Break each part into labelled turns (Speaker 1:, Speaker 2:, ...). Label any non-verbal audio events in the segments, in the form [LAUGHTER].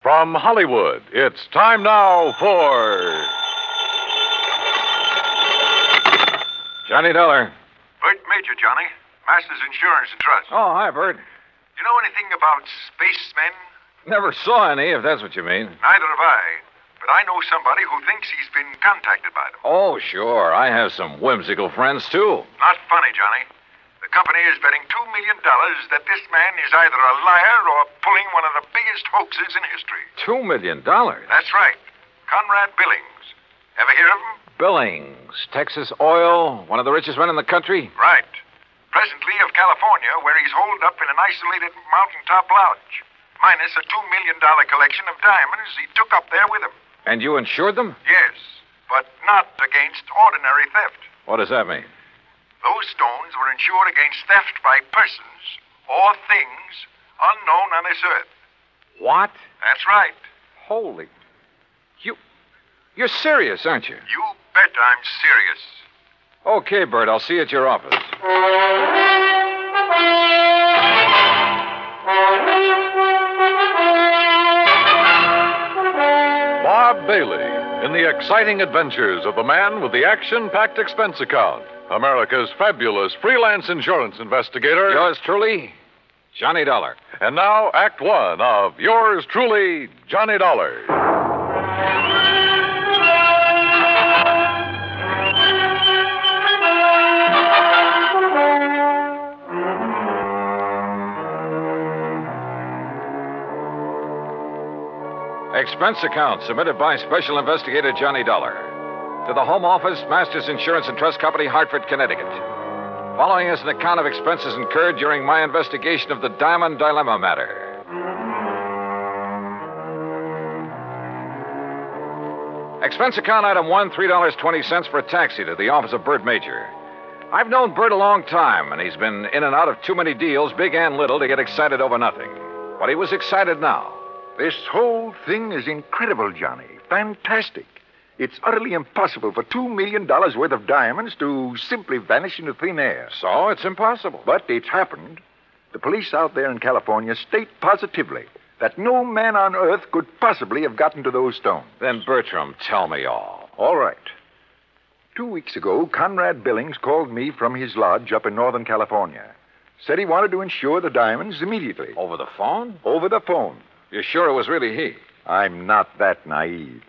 Speaker 1: From Hollywood, it's time now for. Johnny Dollar.
Speaker 2: Bert Major, Johnny. Masters Insurance and Trust.
Speaker 1: Oh, hi, Bert.
Speaker 2: You know anything about spacemen?
Speaker 1: Never saw any, if that's what you mean.
Speaker 2: Neither have I. But I know somebody who thinks he's been contacted by them.
Speaker 1: Oh, sure. I have some whimsical friends, too.
Speaker 2: Not funny, Johnny. The company is betting $2 million that this man is either a liar or pulling one of the biggest hoaxes in history.
Speaker 1: Two million dollars.
Speaker 2: That's right. Conrad Billings. Ever hear of him?
Speaker 1: Billings, Texas oil, one of the richest men in the country.
Speaker 2: Right. Presently of California, where he's holed up in an isolated mountaintop lodge. Minus a $2 million collection of diamonds he took up there with him.
Speaker 1: And you insured them?
Speaker 2: Yes, but not against ordinary theft.
Speaker 1: What does that mean?
Speaker 2: Those stones were insured against theft by persons or things unknown on this earth.
Speaker 1: What?
Speaker 2: That's right.
Speaker 1: Holy. You. You're serious, aren't you?
Speaker 2: You bet I'm serious.
Speaker 1: Okay, Bert, I'll see you at your office. Bob Bailey in the exciting adventures of the man with the action packed expense account. America's fabulous freelance insurance investigator. Yours truly, Johnny Dollar. And now, Act One of Yours Truly, Johnny Dollar. Expense account submitted by Special Investigator Johnny Dollar to the Home Office, Masters Insurance and Trust Company, Hartford, Connecticut. Following is an account of expenses incurred during my investigation of the Diamond Dilemma matter. Expense account item one, $3.20 for a taxi to the office of Bert Major. I've known Bert a long time, and he's been in and out of too many deals, big and little, to get excited over nothing. But he was excited now.
Speaker 3: This whole thing is incredible, Johnny. Fantastic. It's utterly impossible for $2 million worth of diamonds to simply vanish into thin air.
Speaker 1: So it's impossible.
Speaker 3: But it's happened. The police out there in California state positively that no man on earth could possibly have gotten to those stones.
Speaker 1: Then, Bertram, tell me all.
Speaker 3: All right. Two weeks ago, Conrad Billings called me from his lodge up in Northern California. Said he wanted to insure the diamonds immediately.
Speaker 1: Over the phone?
Speaker 3: Over the phone.
Speaker 1: You're sure it was really he?
Speaker 3: I'm not that naive.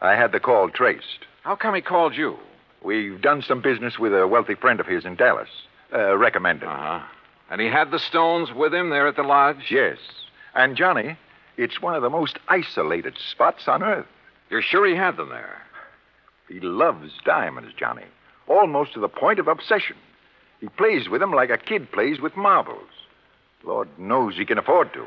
Speaker 3: I had the call traced.
Speaker 1: How come he called you?
Speaker 3: We've done some business with a wealthy friend of his in Dallas. Uh, recommended.
Speaker 1: huh. And he had the stones with him there at the lodge?
Speaker 3: Yes. And, Johnny, it's one of the most isolated spots on earth.
Speaker 1: You're sure he had them there?
Speaker 3: He loves diamonds, Johnny, almost to the point of obsession. He plays with them like a kid plays with marbles. Lord knows he can afford to.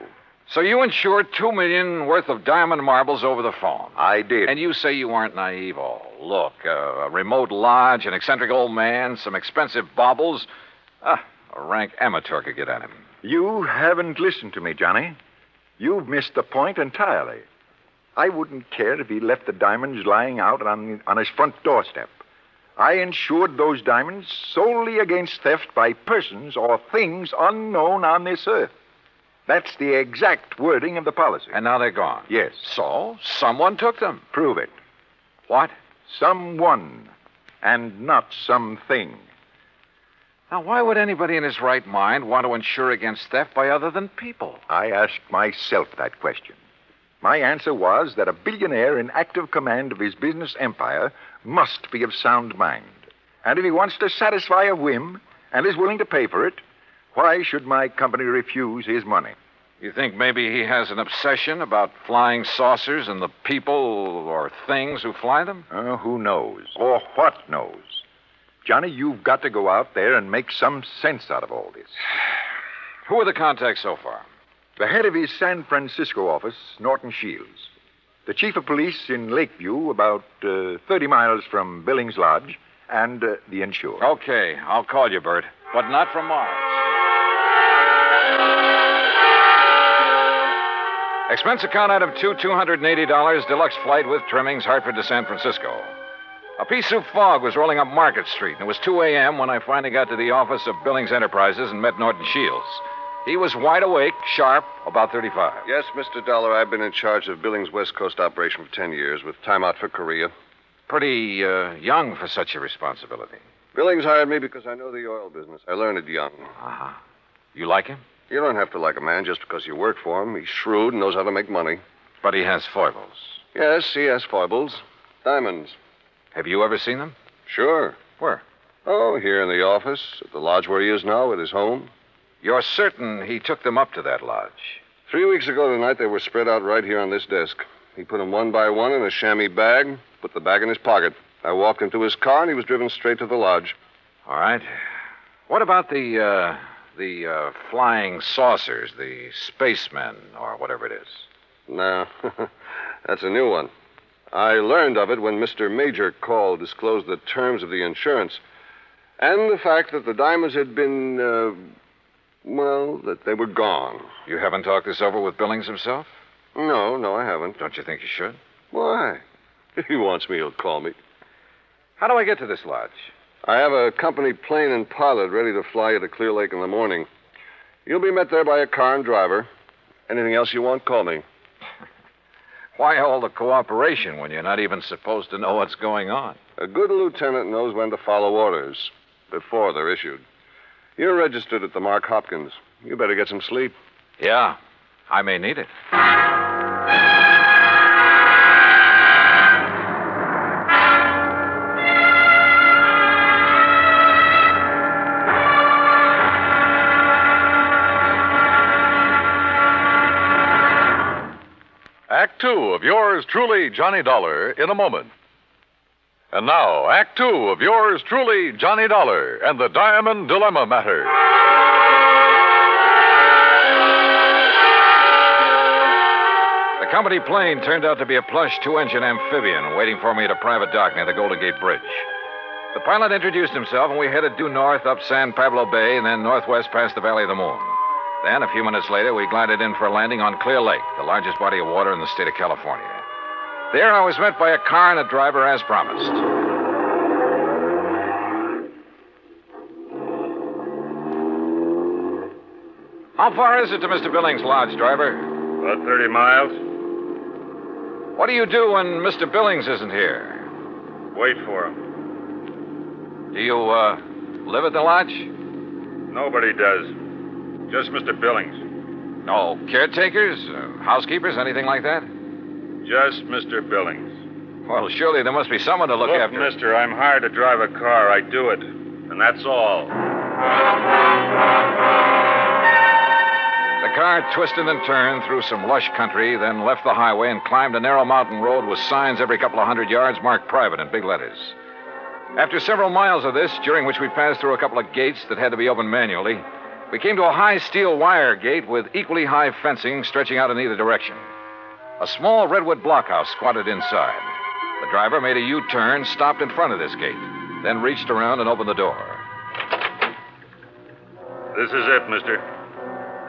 Speaker 1: So you insured two million worth of diamond marbles over the phone.
Speaker 3: I did.
Speaker 1: And you say you aren't naive. Oh, look, uh, a remote lodge, an eccentric old man, some expensive baubles. Ah, a rank amateur could get at him.
Speaker 3: You haven't listened to me, Johnny. You've missed the point entirely. I wouldn't care if he left the diamonds lying out on, on his front doorstep. I insured those diamonds solely against theft by persons or things unknown on this earth. That's the exact wording of the policy.
Speaker 1: And now they're gone.
Speaker 3: yes,
Speaker 1: So someone took them.
Speaker 3: prove it.
Speaker 1: What?
Speaker 3: Someone, and not something.
Speaker 1: Now, why would anybody in his right mind want to insure against theft by other than people?
Speaker 3: I asked myself that question. My answer was that a billionaire in active command of his business empire must be of sound mind. And if he wants to satisfy a whim and is willing to pay for it, why should my company refuse his money?
Speaker 1: You think maybe he has an obsession about flying saucers and the people or things who fly them?
Speaker 3: Uh, who knows? Or what knows? Johnny, you've got to go out there and make some sense out of all this.
Speaker 1: [SIGHS] Who are the contacts so far?
Speaker 3: The head of his San Francisco office, Norton Shields. The chief of police in Lakeview, about uh, 30 miles from Billings Lodge, and uh, the insurer.
Speaker 1: Okay, I'll call you, Bert, but not from Mars. Expense account item two, $280, deluxe flight with trimmings, Hartford to San Francisco. A piece of fog was rolling up Market Street, and it was 2 a.m. when I finally got to the office of Billings Enterprises and met Norton Shields. He was wide awake, sharp, about 35.
Speaker 4: Yes, Mr. Dollar, I've been in charge of Billings' West Coast operation for 10 years with time out for Korea.
Speaker 1: Pretty uh, young for such a responsibility.
Speaker 4: Billings hired me because I know the oil business. I learned it young.
Speaker 1: Uh-huh. You like him?
Speaker 4: You don't have to like a man just because you work for him. He's shrewd and knows how to make money.
Speaker 1: But he has foibles.
Speaker 4: Yes, he has foibles. Diamonds.
Speaker 1: Have you ever seen them?
Speaker 4: Sure.
Speaker 1: Where?
Speaker 4: Oh, here in the office, at the lodge where he is now with his home.
Speaker 1: You're certain he took them up to that lodge.
Speaker 4: Three weeks ago tonight, they were spread out right here on this desk. He put them one by one in a chamois bag, put the bag in his pocket. I walked him to his car, and he was driven straight to the lodge.
Speaker 1: All right. What about the uh, the uh, flying saucers, the spacemen, or whatever it is?
Speaker 4: No, [LAUGHS] that's a new one. I learned of it when Mr. Major Call disclosed the terms of the insurance and the fact that the diamonds had been, uh, well, that they were gone.
Speaker 1: You haven't talked this over with Billings himself?
Speaker 4: No, no, I haven't.
Speaker 1: Don't you think you should?
Speaker 4: Why? [LAUGHS] If he wants me, he'll call me.
Speaker 1: How do I get to this lodge?
Speaker 4: I have a company plane and pilot ready to fly you to Clear Lake in the morning. You'll be met there by a car and driver. Anything else you want, call me.
Speaker 1: Why all the cooperation when you're not even supposed to know what's going on?
Speaker 4: A good lieutenant knows when to follow orders before they're issued. You're registered at the Mark Hopkins. You better get some sleep.
Speaker 1: Yeah, I may need it.
Speaker 5: Act Two of yours truly, Johnny Dollar, in a moment. And now, Act Two of yours truly, Johnny Dollar, and the Diamond Dilemma Matter.
Speaker 1: The company plane turned out to be a plush two engine amphibian waiting for me at a private dock near the Golden Gate Bridge. The pilot introduced himself, and we headed due north up San Pablo Bay and then northwest past the Valley of the Moon. Then, a few minutes later, we glided in for a landing on Clear Lake, the largest body of water in the state of California. There, I was met by a car and a driver as promised. How far is it to Mr. Billings' lodge, driver?
Speaker 6: About 30 miles.
Speaker 1: What do you do when Mr. Billings isn't here?
Speaker 6: Wait for him.
Speaker 1: Do you, uh, live at the lodge?
Speaker 6: Nobody does. Just Mr. Billings.
Speaker 1: No caretakers, uh, housekeepers, anything like that?
Speaker 6: Just Mr. Billings.
Speaker 1: Well, surely there must be someone to look,
Speaker 6: Look,
Speaker 1: after.
Speaker 6: mister, I'm hired to drive a car. I do it. And that's all.
Speaker 1: The car twisted and turned through some lush country, then left the highway and climbed a narrow mountain road with signs every couple of hundred yards marked private in big letters. After several miles of this, during which we passed through a couple of gates that had to be opened manually, we came to a high steel wire gate with equally high fencing stretching out in either direction. A small redwood blockhouse squatted inside. The driver made a U turn, stopped in front of this gate, then reached around and opened the door.
Speaker 6: This is it, mister.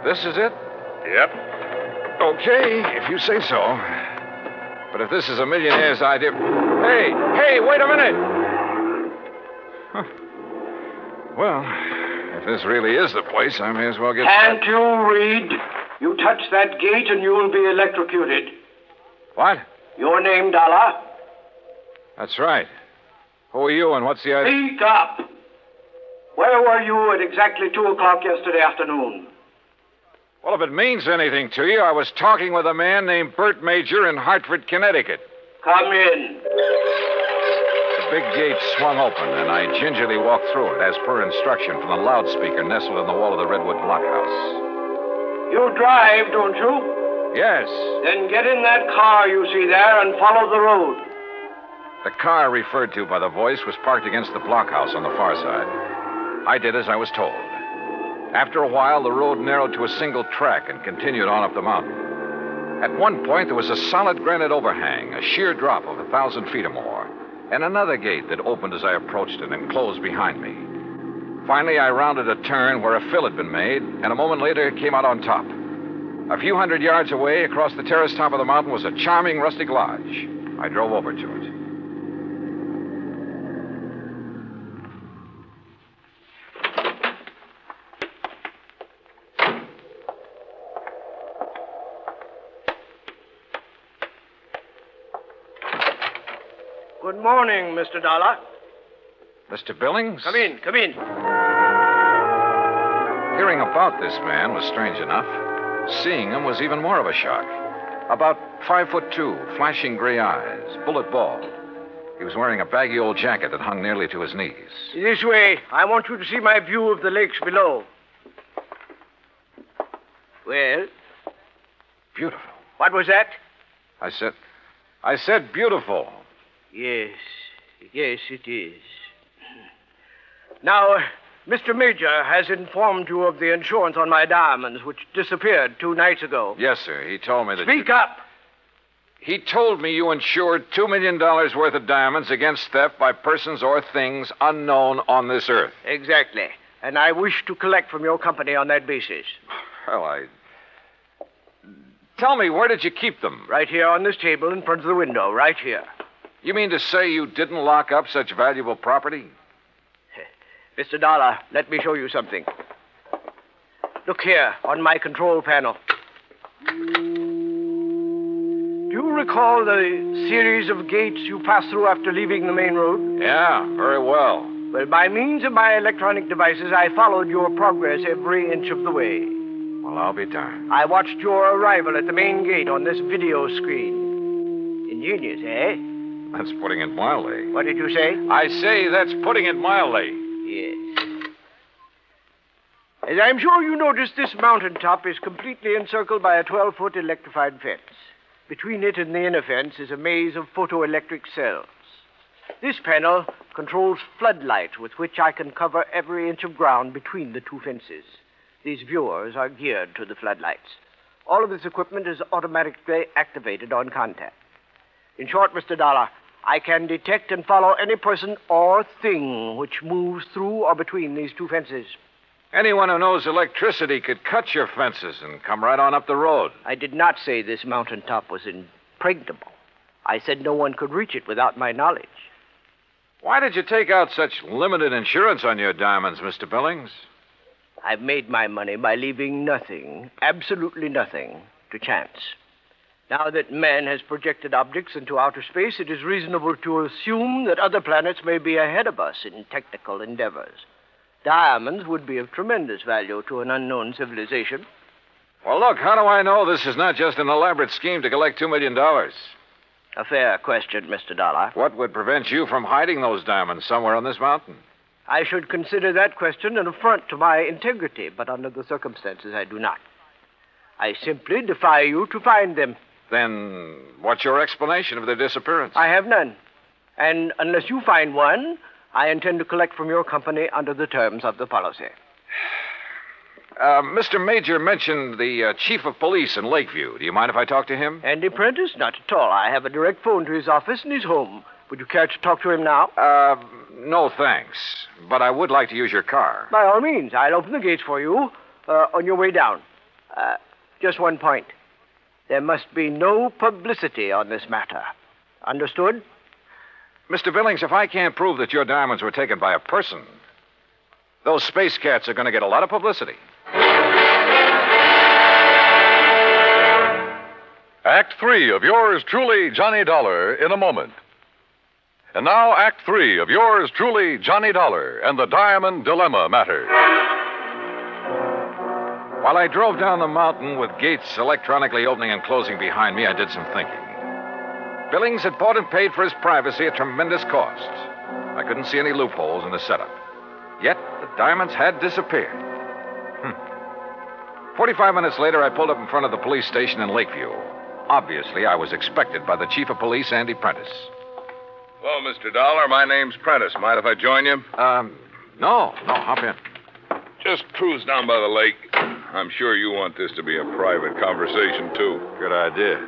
Speaker 1: This is it?
Speaker 6: Yep.
Speaker 1: Okay, if you say so. But if this is a millionaire's idea. Hey, hey, wait a minute! Huh. Well, if this really is the place, I may as well get.
Speaker 7: Can't you read? You touch that gate and you'll be electrocuted.
Speaker 1: What?
Speaker 7: Your name, Dollar?
Speaker 1: That's right. Who are you and what's the idea?
Speaker 7: Speak up. Where were you at exactly 2 o'clock yesterday afternoon?
Speaker 1: Well, if it means anything to you, I was talking with a man named Bert Major in Hartford, Connecticut.
Speaker 7: Come in.
Speaker 1: The big gate swung open, and I gingerly walked through it as per instruction from the loudspeaker nestled in the wall of the Redwood Blockhouse.
Speaker 7: You drive, don't you?
Speaker 1: Yes,
Speaker 7: Then get in that car you see there and follow the road.
Speaker 1: The car referred to by the voice was parked against the blockhouse on the far side. I did as I was told. After a while, the road narrowed to a single track and continued on up the mountain. At one point, there was a solid granite overhang, a sheer drop of a thousand feet or more, and another gate that opened as I approached it and closed behind me. Finally, I rounded a turn where a fill had been made, and a moment later came out on top. A few hundred yards away, across the terrace top of the mountain, was a charming rustic lodge. I drove over to it.
Speaker 8: Good morning, Mr. Dollar.
Speaker 1: Mr. Billings?
Speaker 8: Come in, come in.
Speaker 1: Hearing about this man was strange enough. Seeing him was even more of a shock. About five foot two, flashing gray eyes, bullet bald. He was wearing a baggy old jacket that hung nearly to his knees.
Speaker 8: This way. I want you to see my view of the lakes below. Well,
Speaker 1: Beautiful.
Speaker 8: what was that?
Speaker 1: I said, I said beautiful.
Speaker 8: Yes, yes, it is. Now, uh, Mr. Major has informed you of the insurance on my diamonds, which disappeared two nights ago.
Speaker 1: Yes, sir. He told me that.
Speaker 8: Speak up.
Speaker 1: He told me you insured $2 million worth of diamonds against theft by persons or things unknown on this earth.
Speaker 8: Exactly. And I wish to collect from your company on that basis.
Speaker 1: Well, I. Tell me, where did you keep them?
Speaker 8: Right here on this table in front of the window, right here.
Speaker 1: You mean to say you didn't lock up such
Speaker 8: [LAUGHS]
Speaker 1: valuable property?
Speaker 8: Mr. Dollar, let me show you something. Look here on my control panel. Do you recall the series of gates you passed through after leaving the main road?
Speaker 1: Yeah, very well.
Speaker 8: Well, by means of my electronic devices, I followed your progress every inch of the way.
Speaker 1: Well, I'll be darned.
Speaker 8: I watched your arrival at the main gate on this video screen. Ingenious, eh?
Speaker 1: That's putting it mildly.
Speaker 8: What did you say?
Speaker 1: I say that's putting it mildly.
Speaker 8: Yes. As I'm sure you noticed, this mountaintop is completely encircled by a 12 foot electrified fence. Between it and the inner fence is a maze of photoelectric cells. This panel controls floodlight with which I can cover every inch of ground between the two fences. These viewers are geared to the floodlights. All of this equipment is automatically activated on contact. In short, Mr. Dollar, I can detect and follow any person or thing which moves through or between these two fences.
Speaker 1: Anyone who knows electricity could cut your fences and come right on up the road.
Speaker 8: I did not say this mountaintop was impregnable. I said no one could reach it without my knowledge.
Speaker 1: Why did you take out such limited insurance on your diamonds, Mr. Billings?
Speaker 8: I've made my money by leaving nothing, absolutely nothing, to chance. Now that man has projected objects into outer space, it is reasonable to assume that other planets may be ahead of us in technical endeavors. Diamonds would be of tremendous value to an unknown civilization.
Speaker 1: Well, look, how do I know this is not just an elaborate scheme to collect $2 million?
Speaker 8: A fair question, Mr. Dollar.
Speaker 1: What would prevent you from hiding those diamonds somewhere on this mountain?
Speaker 8: I should consider that question an affront to my integrity, but under the circumstances, I do not. I simply defy you to find them.
Speaker 1: Then what's your explanation of their disappearance?
Speaker 8: I have none. And unless you find one, I intend to collect from your company under the terms of the policy.
Speaker 1: Uh, Mr. Major mentioned the uh, chief of police in Lakeview. Do you mind if I talk to him?
Speaker 8: Andy Prentice? Not at all. I have a direct phone to his office and he's home. Would you care to talk to him now?
Speaker 1: Uh, no, thanks. But I would like to use your car.
Speaker 8: By all means, I'll open the gates for you uh, on your way down. Uh, just one point. There must be no publicity on this matter. Understood?
Speaker 1: Mr. Billings, if I can't prove that your diamonds were taken by a person, those space cats are going to get a lot of publicity.
Speaker 5: Act three of yours truly, Johnny Dollar, in a moment. And now, Act three of yours truly, Johnny Dollar, and the Diamond Dilemma matter.
Speaker 1: While I drove down the mountain with gates electronically opening and closing behind me, I did some thinking. Billings had bought and paid for his privacy at tremendous cost. I couldn't see any loopholes in the setup. Yet, the diamonds had disappeared. Hmm. Forty-five minutes later, I pulled up in front of the police station in Lakeview. Obviously, I was expected by the chief of police, Andy Prentice.
Speaker 6: Hello, Mr. Dollar. My name's Prentice. Mind if I join you?
Speaker 1: Um, no, no, hop in.
Speaker 6: Just cruise down by the lake. I'm sure you want this to be a private conversation, too.
Speaker 1: Good idea.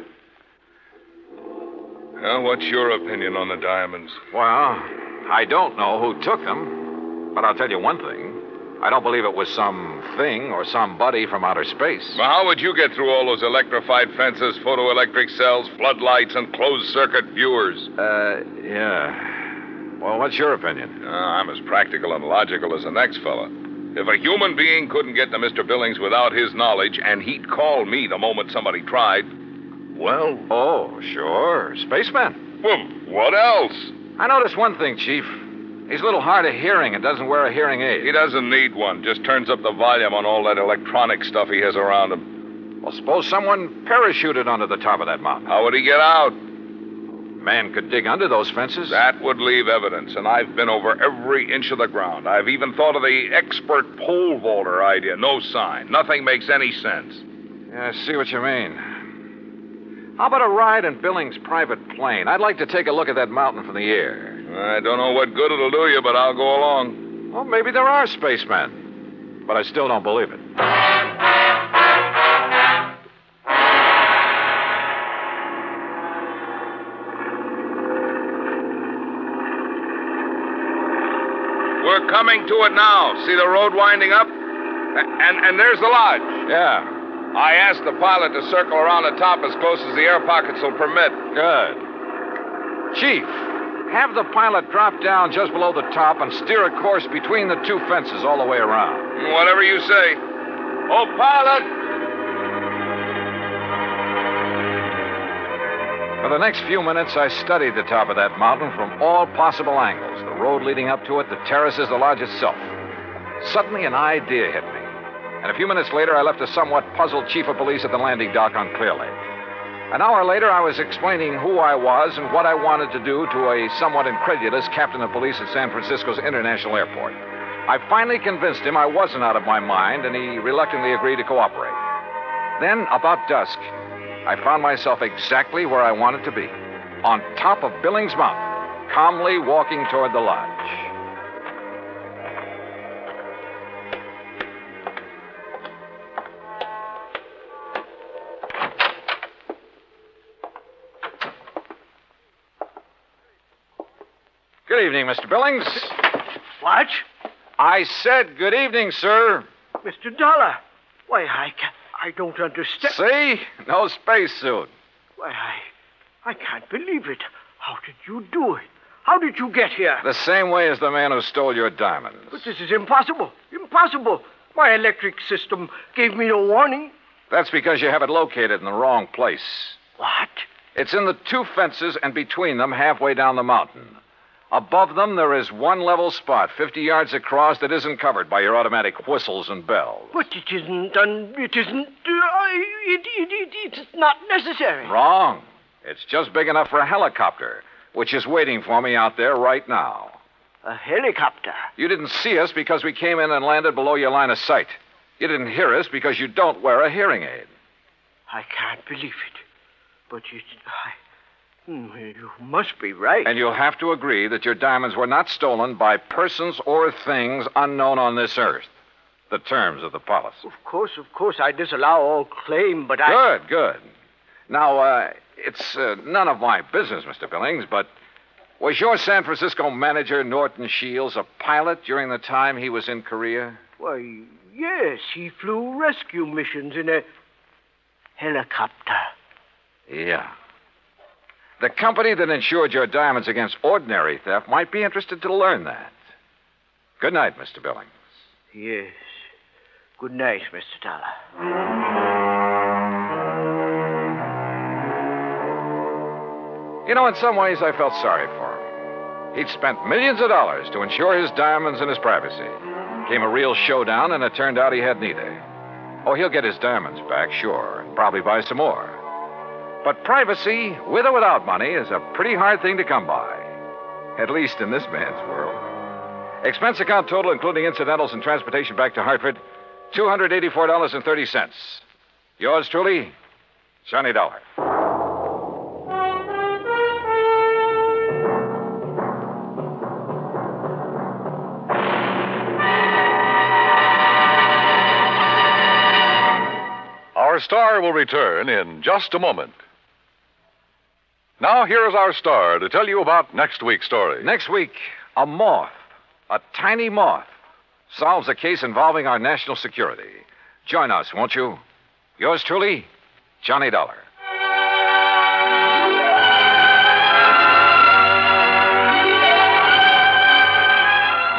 Speaker 6: Well, what's your opinion on the diamonds?
Speaker 1: Well, I don't know who took them, but I'll tell you one thing. I don't believe it was some thing or somebody from outer space.
Speaker 6: Well, how would you get through all those electrified fences, photoelectric cells, floodlights, and closed circuit viewers?
Speaker 1: Uh, yeah. Well, what's your opinion?
Speaker 6: Uh, I'm as practical and logical as the next fella. If a human being couldn't get to Mr. Billings without his knowledge, and he'd call me the moment somebody tried, well,
Speaker 1: Oh, sure. Spaceman.
Speaker 6: well, what else?
Speaker 1: I noticed one thing, Chief. He's a little hard of hearing and doesn't wear a hearing aid.
Speaker 6: He doesn't need one. Just turns up the volume on all that electronic stuff he has around him.
Speaker 1: Well, suppose someone parachuted onto the top of that mountain.
Speaker 6: How would he get out?
Speaker 1: Man could dig under those fences.
Speaker 6: That would leave evidence, and I've been over every inch of the ground. I've even thought of the expert pole vaulter idea. No sign. Nothing makes any sense.
Speaker 1: Yeah, I see what you mean. How about a ride in Billings' private plane? I'd like to take a look at that mountain from the air.
Speaker 6: I don't know what good it'll do you, but I'll go along.
Speaker 1: Well, maybe there are spacemen. But I still don't believe it.
Speaker 6: We're coming to it now. See the road winding up? A- And, and there's the lodge.
Speaker 1: Yeah,
Speaker 6: I asked the pilot to circle around the top as close as the air pockets will permit.
Speaker 1: good. Chief, have the pilot drop down just below the top and steer a course between the two fences all the way around.
Speaker 6: Whatever you say. Oh, pilot!
Speaker 1: For the next few minutes, I studied the top of that mountain from all possible angles the road leading up to it, the terraces, the lodge itself. Suddenly, an idea hit me. And a few minutes later, I left a somewhat puzzled chief of police at the landing dock on Clear Lake. An hour later, I was explaining who I was and what I wanted to do to a somewhat incredulous captain of police at San Francisco's International Airport. I finally convinced him I wasn't out of my mind, and he reluctantly agreed to cooperate. Then, about dusk, I found myself exactly where I wanted to be on top of Billings Mountain, calmly walking toward the lodge. Good evening, Mr. Billings.
Speaker 8: What?
Speaker 1: I said good evening, sir.
Speaker 8: Mr. Dollar? Why, I, ca- I don't understand.
Speaker 1: See? No spacesuit.
Speaker 8: Why, I, I can't believe it. How did you do it? How did you get here?
Speaker 1: The same way as the man who stole your diamonds.
Speaker 8: But this is impossible. Impossible. My electric system gave me no warning.
Speaker 1: That's because you have it located in the wrong place.
Speaker 8: What?
Speaker 1: It's in the two fences and between them halfway down the mountain. Above them, there is one level spot 50 yards across that isn't covered by your automatic whistles and bells.
Speaker 8: But it isn't, and it isn't, uh, I- it, it, it, it's not necessary.
Speaker 1: Wrong. It's just big enough for a helicopter, which is waiting for me out there right now.
Speaker 8: A helicopter.
Speaker 1: You didn't see us because we came in and landed below your line of sight. You didn't hear us because you don't wear a hearing aid.
Speaker 8: I can't believe it. But it, I, Hmm, you must be right.
Speaker 1: And you'll have to agree that your diamonds were not stolen by persons or things unknown on this earth. The terms of the policy.
Speaker 8: Of course, of course, I disallow all claim, but I.
Speaker 1: Good, good. Now, uh, it's uh, none of my business, Mr. Billings, but was your San Francisco manager, Norton Shields, a pilot during the time he was in Korea?
Speaker 8: Why, yes, he flew rescue missions in a helicopter.
Speaker 1: Yeah. The company that insured your diamonds against ordinary theft might be interested to learn that. Good night, Mr. Billings.
Speaker 8: Yes. Good night, Mr. Dollar.
Speaker 1: You know, in some ways, I felt sorry for him. He'd spent millions of dollars to insure his diamonds and his privacy. Came a real showdown, and it turned out he had neither. Oh, he'll get his diamonds back, sure, and probably buy some more. But privacy, with or without money, is a pretty hard thing to come by. At least in this man's world. Expense account total, including incidentals and transportation back to Hartford, $284.30. Yours truly, Johnny Dollar.
Speaker 5: Our star will return in just a moment. Now, here is our star Uh, to tell you about next week's story.
Speaker 1: Next week, a moth, a tiny moth, solves a case involving our national security. Join us, won't you? Yours truly, Johnny Dollar.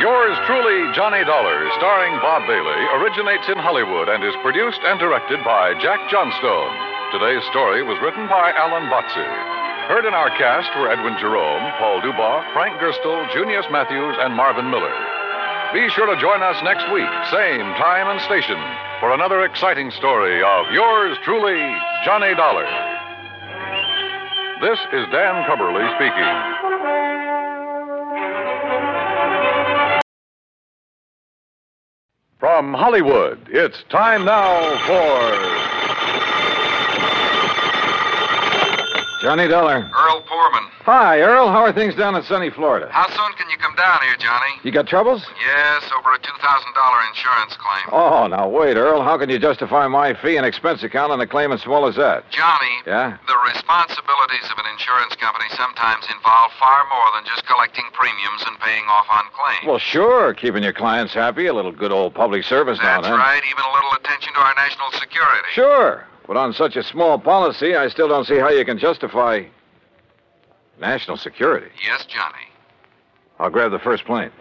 Speaker 5: Yours truly, Johnny Dollar, starring Bob Bailey, originates in Hollywood and is produced and directed by Jack Johnstone. Today's story was written by Alan Botzer. Heard in our cast were Edwin Jerome, Paul Dubois, Frank Gerstle, Junius Matthews, and Marvin Miller. Be sure to join us next week, same time and station, for another exciting story of yours truly, Johnny Dollar. This is Dan Cumberly speaking. From Hollywood, it's time now for
Speaker 1: Johnny Dollar.
Speaker 9: Earl Poorman.
Speaker 1: Hi, Earl. How are things down in sunny Florida?
Speaker 9: How soon can you come down here, Johnny?
Speaker 1: You got troubles?
Speaker 9: Yes, over a $2,000 insurance claim.
Speaker 1: Oh, now wait, Earl. How can you justify my fee and expense account on a claim as small as that?
Speaker 9: Johnny,
Speaker 1: Yeah?
Speaker 9: the responsibilities of an insurance company sometimes involve far more than just collecting premiums and paying off on claims.
Speaker 1: Well, sure. Keeping your clients happy, a little good old public service now and
Speaker 9: That's
Speaker 1: then.
Speaker 9: right, even a little attention to our national security.
Speaker 1: Sure. But on such a small policy, I still don't see how you can justify national security.
Speaker 9: Yes, Johnny.
Speaker 1: I'll grab the first plane.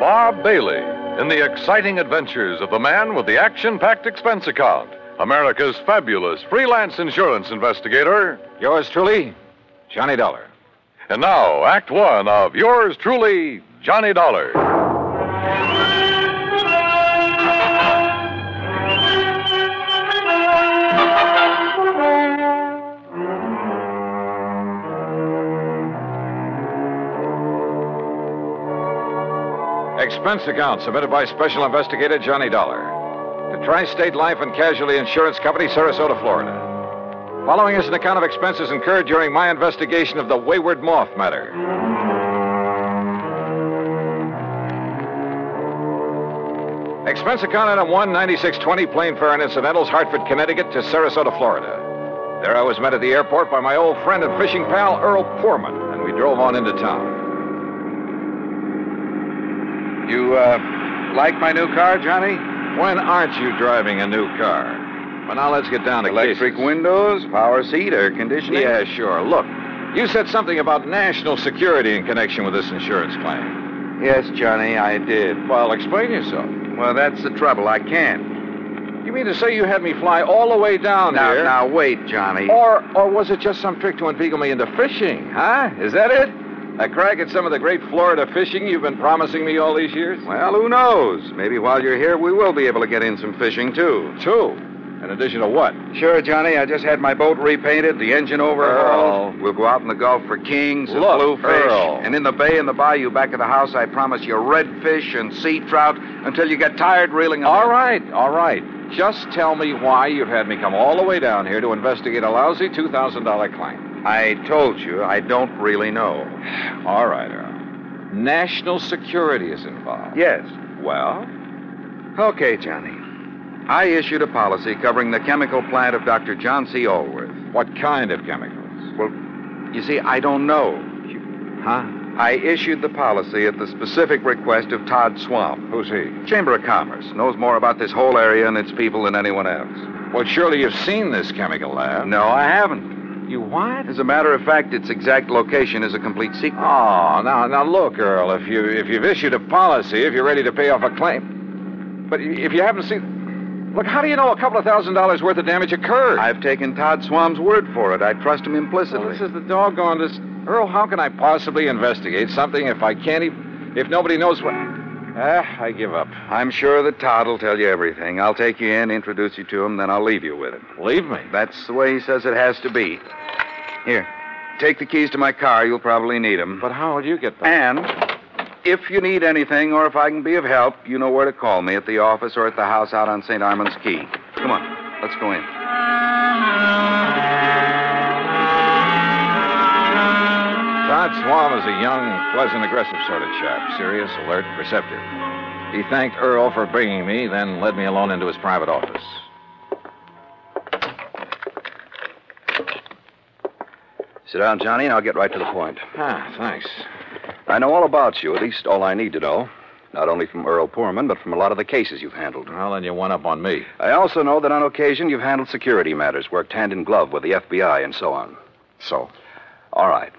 Speaker 5: Bob Bailey in the exciting adventures of the man with the action packed expense account, America's fabulous freelance insurance investigator.
Speaker 1: Yours truly, Johnny Dollar.
Speaker 5: And now, Act One of Yours Truly, Johnny Dollar.
Speaker 1: Expense account submitted by Special Investigator Johnny Dollar to Tri State Life and Casualty Insurance Company, Sarasota, Florida. Following is an account of expenses incurred during my investigation of the Wayward Moth matter. Expense account item 19620, plane fare and incidentals, Hartford, Connecticut to Sarasota, Florida. There I was met at the airport by my old friend and fishing pal, Earl Poorman, and we drove on into town. You, uh, like my new car, Johnny? When aren't you driving a new car? But now let's get down to
Speaker 10: Electric
Speaker 1: cases.
Speaker 10: windows, power seat, air conditioning.
Speaker 1: Yeah, sure. Look, you said something about national security in connection with this insurance claim.
Speaker 10: Yes, Johnny, I did.
Speaker 1: Well, explain yourself.
Speaker 10: Well, that's the trouble. I can't.
Speaker 1: You mean to say you had me fly all the way down
Speaker 10: now,
Speaker 1: here?
Speaker 10: now, wait, Johnny.
Speaker 1: Or, or was it just some trick to inveigle me into fishing, huh? Is that it? A crack at some of the great Florida fishing you've been promising me all these years?
Speaker 10: Well, who knows? Maybe while you're here, we will be able to get in some fishing, too.
Speaker 1: Two. In addition to what?
Speaker 10: Sure, Johnny. I just had my boat repainted, the engine overhauled. We'll go out in the Gulf for kings and
Speaker 1: Look,
Speaker 10: bluefish.
Speaker 1: Earl.
Speaker 10: And in the bay and the bayou back of the house, I promise you redfish and sea trout until you get tired reeling them
Speaker 1: All
Speaker 10: in.
Speaker 1: right, all right. Just tell me why you've had me come all the way down here to investigate a lousy $2,000 claim.
Speaker 10: I told you, I don't really know.
Speaker 1: All right, Earl. National security is involved.
Speaker 10: Yes.
Speaker 1: Well?
Speaker 10: Okay, Johnny. I issued a policy covering the chemical plant of Dr. John C. Allworth.
Speaker 1: What kind of chemicals?
Speaker 10: Well, you see, I don't know.
Speaker 1: Huh?
Speaker 10: I issued the policy at the specific request of Todd Swamp.
Speaker 1: Who's he?
Speaker 10: Chamber of Commerce knows more about this whole area and its people than anyone else.
Speaker 1: Well, surely you've seen this chemical lab.
Speaker 10: No, I haven't.
Speaker 1: You what?
Speaker 10: As a matter of fact, its exact location is a complete secret.
Speaker 1: Oh, now, now look, Earl. If you if you've issued a policy, if you're ready to pay off a claim, but i- if you haven't seen, look, how do you know a couple of thousand dollars worth of damage occurred?
Speaker 10: I've taken Todd Swamp's word for it. I trust him implicitly.
Speaker 1: Well, this is the doggone this, Earl. How can I possibly investigate something if I can't even if nobody knows what? Ah, I give up.
Speaker 10: I'm sure that Todd will tell you everything. I'll take you in, introduce you to him, then I'll leave you with him.
Speaker 1: Leave me.
Speaker 10: That's the way he says it has to be. Here, take the keys to my car. You'll probably need them.
Speaker 1: But how will you get them?
Speaker 10: And if you need anything or if I can be of help, you know where to call me at the office or at the house out on St. Armand's Key. Come on, let's go in.
Speaker 1: Todd Swam is a young, pleasant, aggressive sort of chap. Serious, alert, perceptive. He thanked Earl for bringing me, then led me alone into his private office.
Speaker 10: Sit down, Johnny, and I'll get right to the point.
Speaker 1: Ah, thanks.
Speaker 10: I know all about you, at least all I need to know. Not only from Earl Poorman, but from a lot of the cases you've handled.
Speaker 1: Well, then you one up on me.
Speaker 10: I also know that on occasion you've handled security matters, worked hand in glove with the FBI, and so on.
Speaker 1: So?
Speaker 10: All right.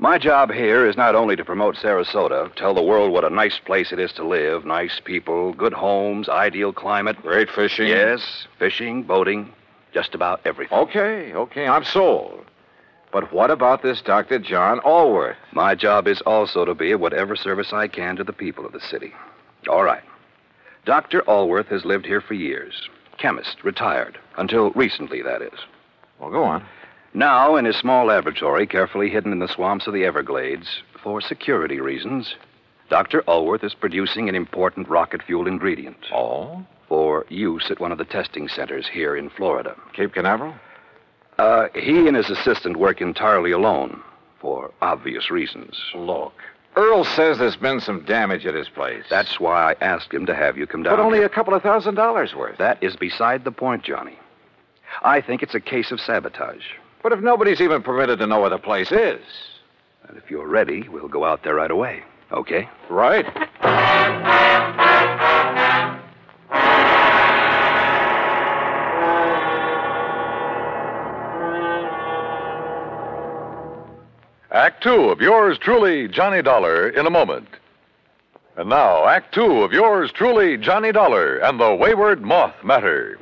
Speaker 11: My job here is not only to promote Sarasota, tell the world what a nice place it is to live, nice people, good homes, ideal climate. Great fishing. Yes, fishing, boating, just about everything.
Speaker 1: Okay, okay, I'm sold. But what about this Dr. John Allworth?
Speaker 11: My job is also to be of whatever service I can to the people of the city. All right. Dr. Allworth has lived here for years. Chemist, retired. Until recently, that is.
Speaker 1: Well, go on.
Speaker 11: Now, in his small laboratory, carefully hidden in the swamps of the Everglades, for security reasons, Dr. Allworth is producing an important rocket fuel ingredient.
Speaker 1: Oh?
Speaker 11: For use at one of the testing centers here in Florida.
Speaker 1: Cape Canaveral?
Speaker 11: Uh, he and his assistant work entirely alone, for obvious reasons.
Speaker 1: Look, Earl says there's been some damage at his place.
Speaker 11: That's why I asked him to have you come down.
Speaker 1: But only
Speaker 11: here.
Speaker 1: a couple of thousand dollars worth.
Speaker 11: That is beside the point, Johnny. I think it's a case of sabotage.
Speaker 1: But if nobody's even permitted to know where the place is.
Speaker 11: And if you're ready, we'll go out there right away. Okay?
Speaker 1: Right.
Speaker 5: Act two of yours truly, Johnny Dollar, in a moment. And now, Act two of yours truly, Johnny Dollar and the Wayward Moth Matter.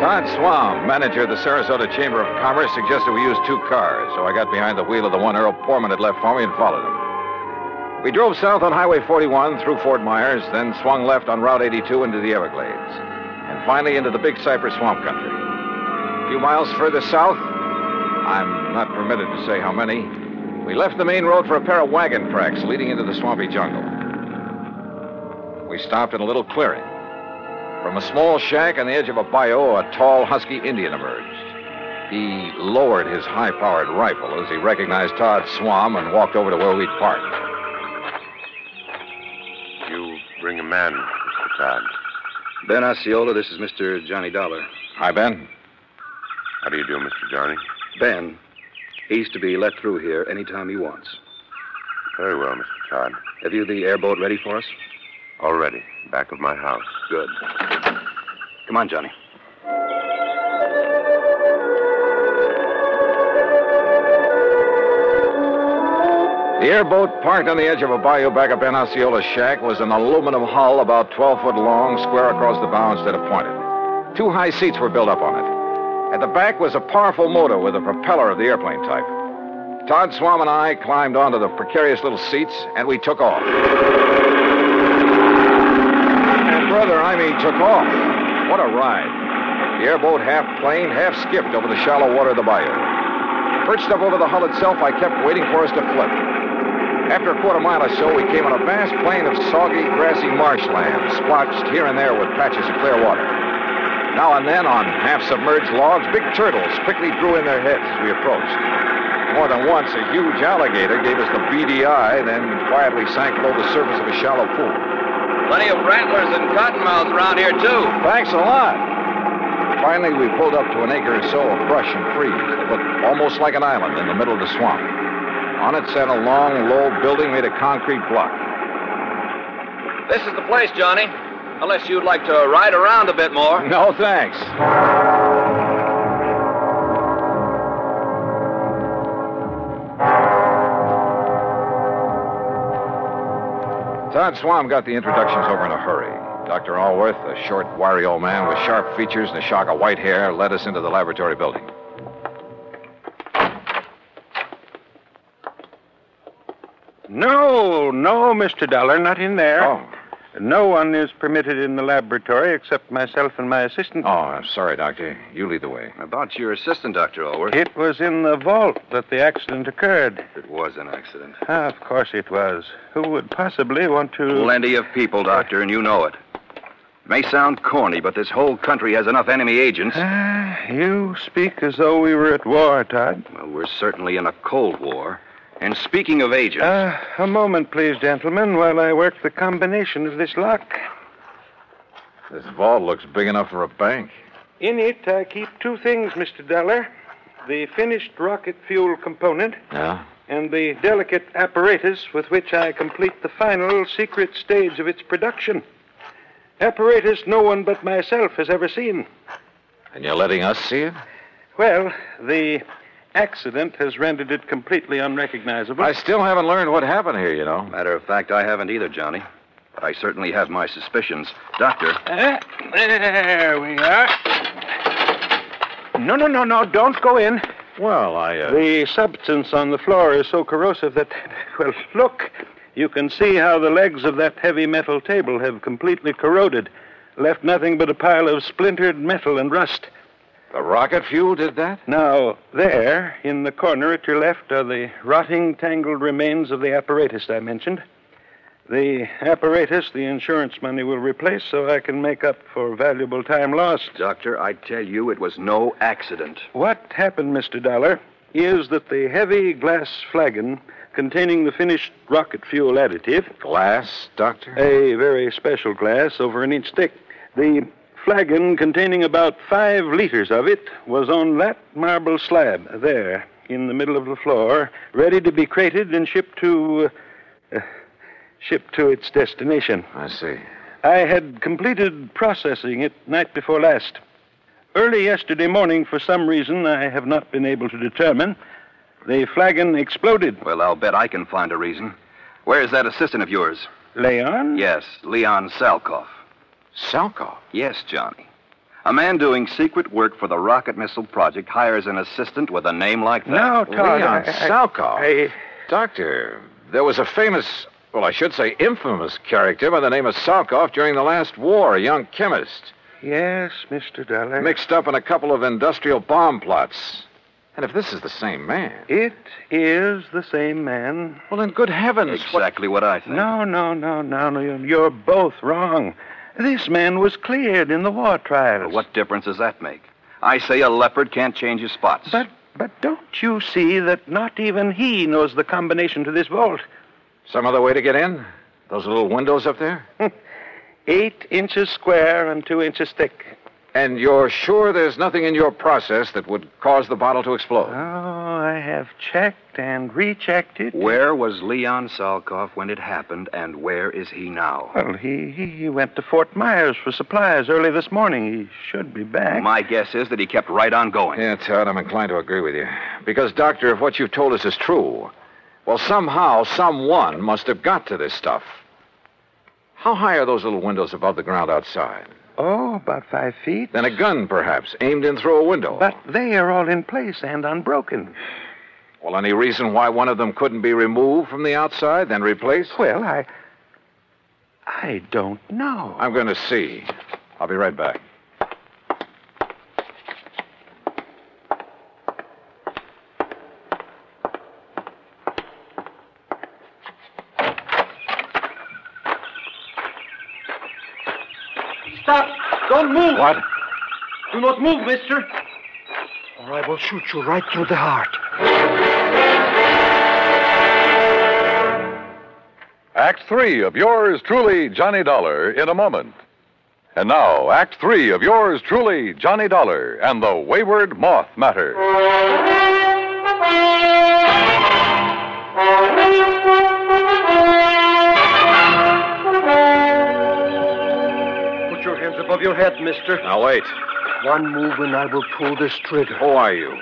Speaker 1: Todd Swam, manager of the Sarasota Chamber of Commerce, suggested we use two cars, so I got behind the wheel of the one Earl Foreman had left for me and followed him. We drove south on Highway 41 through Fort Myers, then swung left on Route 82 into the Everglades, and finally into the Big Cypress Swamp Country. A few miles further south, I'm not permitted to say how many, we left the main road for a pair of wagon tracks leading into the swampy jungle. We stopped in a little clearing. From a small shack on the edge of a bayou, a tall, husky Indian emerged. He lowered his high powered rifle as he recognized Todd Swam and walked over to where we'd parked.
Speaker 12: You bring a man, Mr. Todd.
Speaker 11: Ben Osceola, this is Mr. Johnny Dollar.
Speaker 1: Hi, Ben.
Speaker 12: How do you do, Mr. Johnny?
Speaker 11: Ben, he's to be let through here any time he wants.
Speaker 12: Very well, Mr. Todd.
Speaker 11: Have you the airboat ready for us?
Speaker 12: Already, back of my house.
Speaker 11: Good. Come on, Johnny.
Speaker 1: The airboat parked on the edge of a bayou back of Ben Osceola's shack was an aluminum hull about 12 foot long, square across the bow instead of pointed. Two high seats were built up on it. At the back was a powerful motor with a propeller of the airplane type. Todd Swam and I climbed onto the precarious little seats, and we took off. And brother, I mean took off. What a ride. The airboat half planed, half skipped over the shallow water of the bayou. Perched up over the hull itself, I kept waiting for us to flip. After a quarter mile or so, we came on a vast plain of soggy, grassy marshland, splotched here and there with patches of clear water. Now and then, on half submerged logs, big turtles quickly drew in their heads as we approached. More than once, a huge alligator gave us the beady eye, then quietly sank below the surface of a shallow pool.
Speaker 13: Plenty of rattlers and cottonmouths around here, too.
Speaker 1: Thanks a lot. Finally, we pulled up to an acre or so of brush and trees that looked almost like an island in the middle of the swamp. On it sat a long, low building made of concrete block.
Speaker 13: This is the place, Johnny. Unless you'd like to ride around a bit more.
Speaker 12: [LAUGHS]
Speaker 1: No, thanks. Todd Swam got the introductions over in a hurry. Dr. Allworth, a short, wiry old man with sharp features and a shock of white hair, led us into the laboratory building.
Speaker 14: No, no, Mr. Dollar, not in there.
Speaker 1: Oh.
Speaker 14: No one is permitted in the laboratory except myself and my assistant.
Speaker 1: Oh, I'm sorry, Doctor. You lead the way.
Speaker 11: About your assistant, Dr. Allworth.
Speaker 14: It was in the vault that the accident occurred.
Speaker 11: It was an accident.
Speaker 14: Ah, of course it was. Who would possibly want to.
Speaker 11: Plenty of people, Doctor, and you know it. May sound corny, but this whole country has enough enemy agents.
Speaker 14: Uh, You speak as though we were at war, Todd.
Speaker 11: Well, we're certainly in a Cold War. And speaking of agents,
Speaker 14: Uh, a moment, please, gentlemen, while I work the combination of this lock.
Speaker 1: This vault looks big enough for a bank.
Speaker 14: In it, I keep two things, Mr. Dollar the finished rocket fuel component
Speaker 1: Yeah?
Speaker 14: and the delicate apparatus with which I complete the final secret stage of its production. Apparatus no one but myself has ever seen.
Speaker 1: And you're letting us see it?
Speaker 14: Well, the accident has rendered it completely unrecognizable.
Speaker 1: I still haven't learned what happened here, you know.
Speaker 11: Matter of fact, I haven't either, Johnny. But I certainly have my suspicions. Doctor.
Speaker 14: Ah, there we are. No, no, no, no. Don't go in.
Speaker 1: Well, I. uh,
Speaker 14: The substance on the floor is so corrosive that. [LAUGHS] Well, look. You can see how the legs of that heavy metal table have completely corroded, left nothing but a pile of splintered metal and rust.
Speaker 1: The rocket fuel did that?
Speaker 14: Now, there, in the corner at your left, are the rotting, tangled remains of the apparatus I mentioned. The apparatus the insurance money will replace so I can make up for valuable time lost.
Speaker 11: Doctor, I tell you, it was no accident.
Speaker 14: What happened, Mr. Dollar, is that the heavy glass flagon containing the finished rocket fuel additive.
Speaker 1: Glass, Doctor?
Speaker 14: A very special glass, over an inch thick. The flagon containing about five liters of it was on that marble slab there in the middle of the floor, ready to be crated and shipped to. Uh, uh, shipped to its destination.
Speaker 1: I see.
Speaker 14: I had completed processing it night before last. Early yesterday morning, for some reason I have not been able to determine, the flagon exploded.
Speaker 11: Well, I'll bet I can find a reason. Where is that assistant of yours?
Speaker 14: Leon?
Speaker 11: Yes, Leon Salkoff.
Speaker 1: Salkoff?
Speaker 11: Yes, Johnny. A man doing secret work for the rocket missile project hires an assistant with a name like that.
Speaker 14: No, Todd.
Speaker 1: Leon
Speaker 14: I- I-
Speaker 1: Salkoff.
Speaker 14: I-
Speaker 1: Doctor, there was a famous, well, I should say infamous character by the name of Salkoff during the last war, a young chemist,
Speaker 14: Yes, Mr. Dollar.
Speaker 1: mixed up in a couple of industrial bomb plots. And if this is the same man.
Speaker 14: It is the same man.
Speaker 1: Well, then, good heavens.
Speaker 11: Exactly what I think.
Speaker 14: No, no, no, no, no. you- You're both wrong. This man was cleared in the war trials.
Speaker 11: What difference does that make? I say a leopard can't change his spots.
Speaker 14: But, but don't you see that not even he knows the combination to this vault?
Speaker 1: Some other way to get in? Those little windows up there?
Speaker 14: Eight inches square and two inches thick.
Speaker 1: And you're sure there's nothing in your process that would cause the bottle to explode?
Speaker 14: [LAUGHS] Oh, I have checked and rechecked it.
Speaker 11: Where was Leon Salkoff when it happened, and where is he now?
Speaker 14: Well, he, he, he went to Fort Myers for supplies early this morning. He should be back.
Speaker 11: My guess is that he kept right on going.
Speaker 1: Yeah, Todd, I'm inclined to agree with you. Because, Doctor, if what you've told us is true, well, somehow, someone must have got to this stuff. How high are those little windows above the ground outside?
Speaker 14: Oh, about five feet.
Speaker 1: Then a gun, perhaps, aimed in through a window.
Speaker 14: But they are all in place and unbroken.
Speaker 1: Well, any reason why one of them couldn't be removed from the outside, then replaced?
Speaker 14: Well, I. I don't know.
Speaker 1: I'm going to see. I'll be right back.
Speaker 8: Stop! Don't move!
Speaker 1: What?
Speaker 8: Do not move, mister!
Speaker 15: Or I will shoot you right through the heart.
Speaker 5: Act three of yours truly, Johnny Dollar, in a moment. And now, Act three of yours truly, Johnny Dollar and the Wayward Moth Matter.
Speaker 15: Put your hands above your head, mister.
Speaker 1: Now, wait.
Speaker 15: One move and I will pull this trigger.
Speaker 1: Who are you?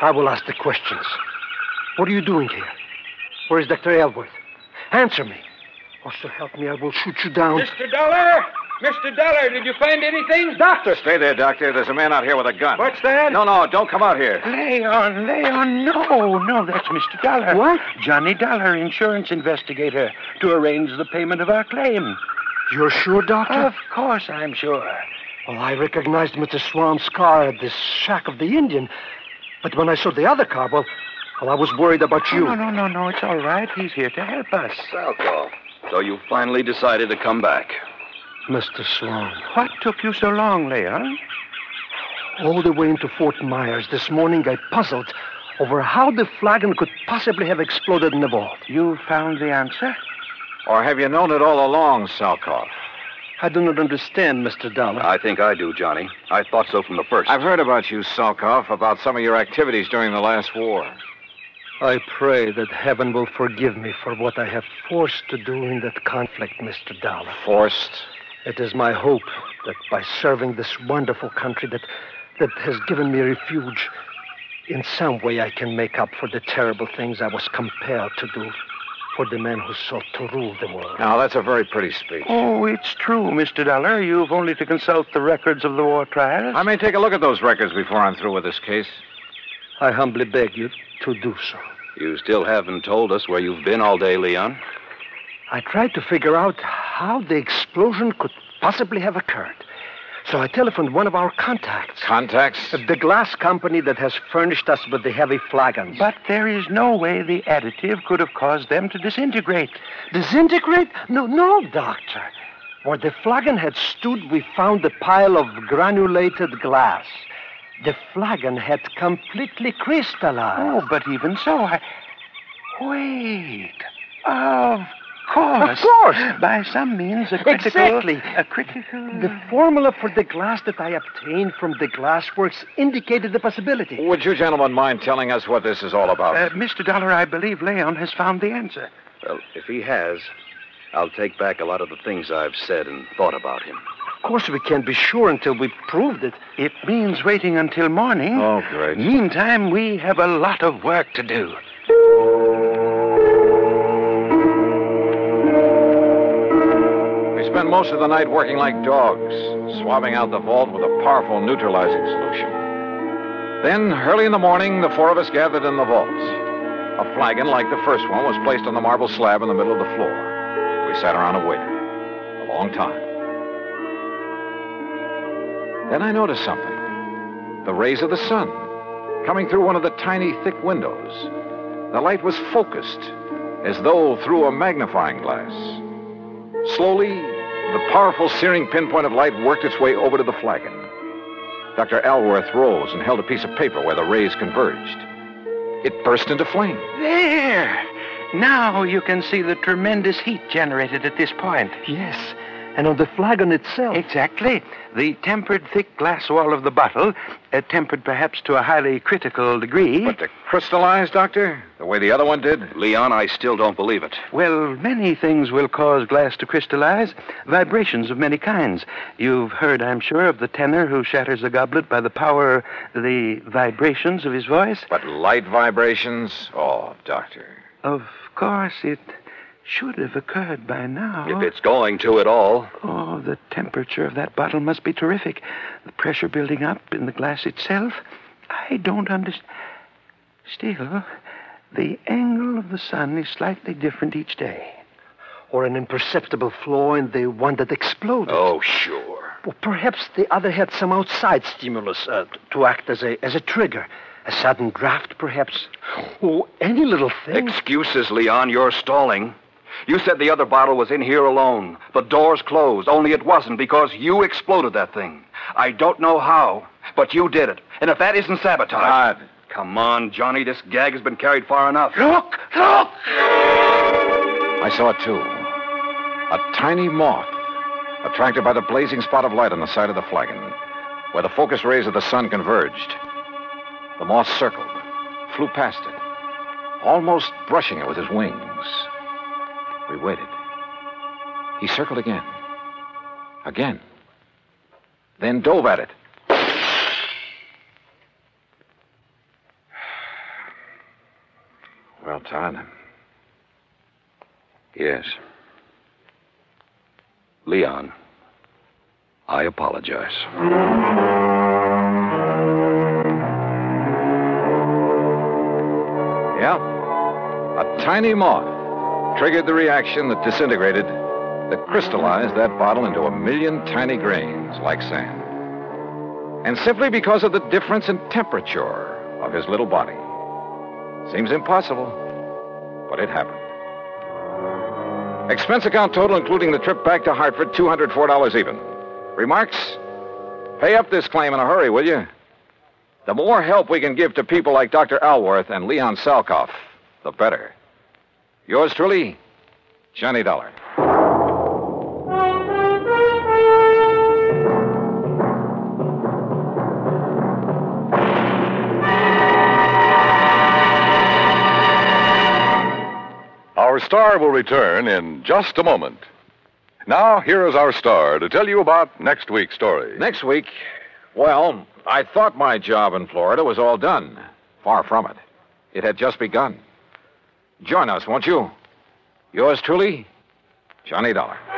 Speaker 15: I will ask the questions. What are you doing here? Where is Dr. Elworth? Answer me. Or so help me, I will shoot you down.
Speaker 16: Mr. Dollar? Mr. Dollar, did you find anything?
Speaker 1: Doctor! Stay there, Doctor. There's a man out here with a gun. What's that? No, no, don't come out here.
Speaker 14: Leon, Leon, no, no, that's Mr. Dollar.
Speaker 15: What?
Speaker 14: Johnny Dollar, insurance investigator, to arrange the payment of our claim.
Speaker 15: You're sure, Doctor?
Speaker 14: Of course I'm sure.
Speaker 15: Well, I recognized Mr. Swan's car at this shack of the Indian. But when I saw the other car, well, well I was worried about you.
Speaker 14: Oh, No, no, no, no, it's all right. He's here to help us.
Speaker 11: Salkoff. So you finally decided to come back.
Speaker 15: Mr. Swan.
Speaker 14: What took you so long, Leon?
Speaker 15: All the way into Fort Myers this morning, I puzzled over how the flagon could possibly have exploded in the vault.
Speaker 14: You found the answer?
Speaker 1: Or have you known it all along, Salkoff?
Speaker 15: I do not understand, Mr. Dollar.
Speaker 11: I think I do, Johnny. I thought so from the first.
Speaker 1: I've heard about you, Salkoff, about some of your activities during the last war.
Speaker 15: I pray that heaven will forgive me for what I have forced to do in that conflict, Mr. Dollar.
Speaker 1: Forced?
Speaker 15: It is my hope that by serving this wonderful country that that has given me refuge. In some way, I can make up for the terrible things I was compelled to do for the man who sought to rule the world.
Speaker 1: Now, that's a very pretty speech.
Speaker 14: Oh, it's true, Mr. Dollar. You've only to consult the records of the war trials.
Speaker 1: I may take a look at those records before I'm through with this case.
Speaker 15: I humbly beg you to do so.
Speaker 11: You still haven't told us where you've been all day, Leon.
Speaker 15: I tried to figure out how the explosion could possibly have occurred. So I telephoned one of our contacts.
Speaker 1: Contacts?
Speaker 15: The glass company that has furnished us with the heavy flagons.
Speaker 14: But there is no way the additive could have caused them to disintegrate.
Speaker 15: Disintegrate? No, no, Doctor. Where the flagon had stood, we found a pile of granulated glass. The flagon had completely crystallized.
Speaker 14: Oh, but even so, I. Wait. Of
Speaker 15: Of
Speaker 14: course.
Speaker 15: course.
Speaker 14: By some means, a critical.
Speaker 15: Exactly.
Speaker 14: A critical.
Speaker 15: The formula for the glass that I obtained from the glassworks indicated the possibility.
Speaker 1: Would you gentlemen mind telling us what this is all about?
Speaker 14: Uh, Mr. Dollar, I believe Leon has found the answer.
Speaker 11: Well, if he has, I'll take back a lot of the things I've said and thought about him.
Speaker 15: Of course, we can't be sure until we proved it.
Speaker 14: It means waiting until morning.
Speaker 11: Oh, great.
Speaker 14: Meantime, we have a lot of work to do.
Speaker 1: We spent most of the night working like dogs, swabbing out the vault with a powerful neutralizing solution. Then, early in the morning, the four of us gathered in the vault. A flagon, like the first one, was placed on the marble slab in the middle of the floor. We sat around and waited. A long time. Then I noticed something the rays of the sun coming through one of the tiny, thick windows. The light was focused, as though through a magnifying glass. Slowly, the powerful, searing pinpoint of light worked its way over to the flagon. Dr. Alworth rose and held a piece of paper where the rays converged. It burst into flame.
Speaker 14: There! Now you can see the tremendous heat generated at this point.
Speaker 15: Yes, and on the flagon itself.
Speaker 14: Exactly. The tempered thick glass wall of the bottle, uh, tempered perhaps to a highly critical degree.
Speaker 1: But to crystallize, Doctor, the way the other one did,
Speaker 11: Leon, I still don't believe it.
Speaker 14: Well, many things will cause glass to crystallize. Vibrations of many kinds. You've heard, I'm sure, of the tenor who shatters a goblet by the power, the vibrations of his voice.
Speaker 1: But light vibrations? Oh, Doctor.
Speaker 14: Of course, it should have occurred by now.
Speaker 11: If it's going to at all.
Speaker 14: Oh, the temperature of that bottle must be terrific. The pressure building up in the glass itself. I don't understand. Still, the angle of the sun is slightly different each day.
Speaker 15: Or an imperceptible flaw in the one that exploded.
Speaker 11: Oh, sure.
Speaker 15: Or perhaps the other had some outside stimulus uh, t- to act as a, as a trigger. A sudden draft, perhaps. Or any little thing.
Speaker 11: Excuses, Leon. You're stalling. You said the other bottle was in here alone. The door's closed, only it wasn't because you exploded that thing. I don't know how, but you did it. And if that isn't sabotage. Come on, Johnny. This gag has been carried far enough.
Speaker 14: Look! Look!
Speaker 1: I saw it too. A tiny moth, attracted by the blazing spot of light on the side of the flagon, where the focus rays of the sun converged. The moth circled, flew past it, almost brushing it with his wings. We waited. He circled again, again, then dove at it. Well, Todd.
Speaker 11: Yes. Leon, I apologize.
Speaker 1: Yeah. A tiny moth triggered the reaction that disintegrated, that crystallized that bottle into a million tiny grains like sand. And simply because of the difference in temperature of his little body. Seems impossible, but it happened. Expense account total, including the trip back to Hartford, $204 even. Remarks? Pay up this claim in a hurry, will you? The more help we can give to people like Dr. Alworth and Leon Salkoff, the better. Yours truly, Johnny Dollar.
Speaker 5: Our star will return in just a moment. Now, here is our star to tell you about next week's story.
Speaker 1: Next week, Well, I thought my job in Florida was all done. Far from it. It had just begun. Join us, won't you? Yours truly, Johnny Dollar.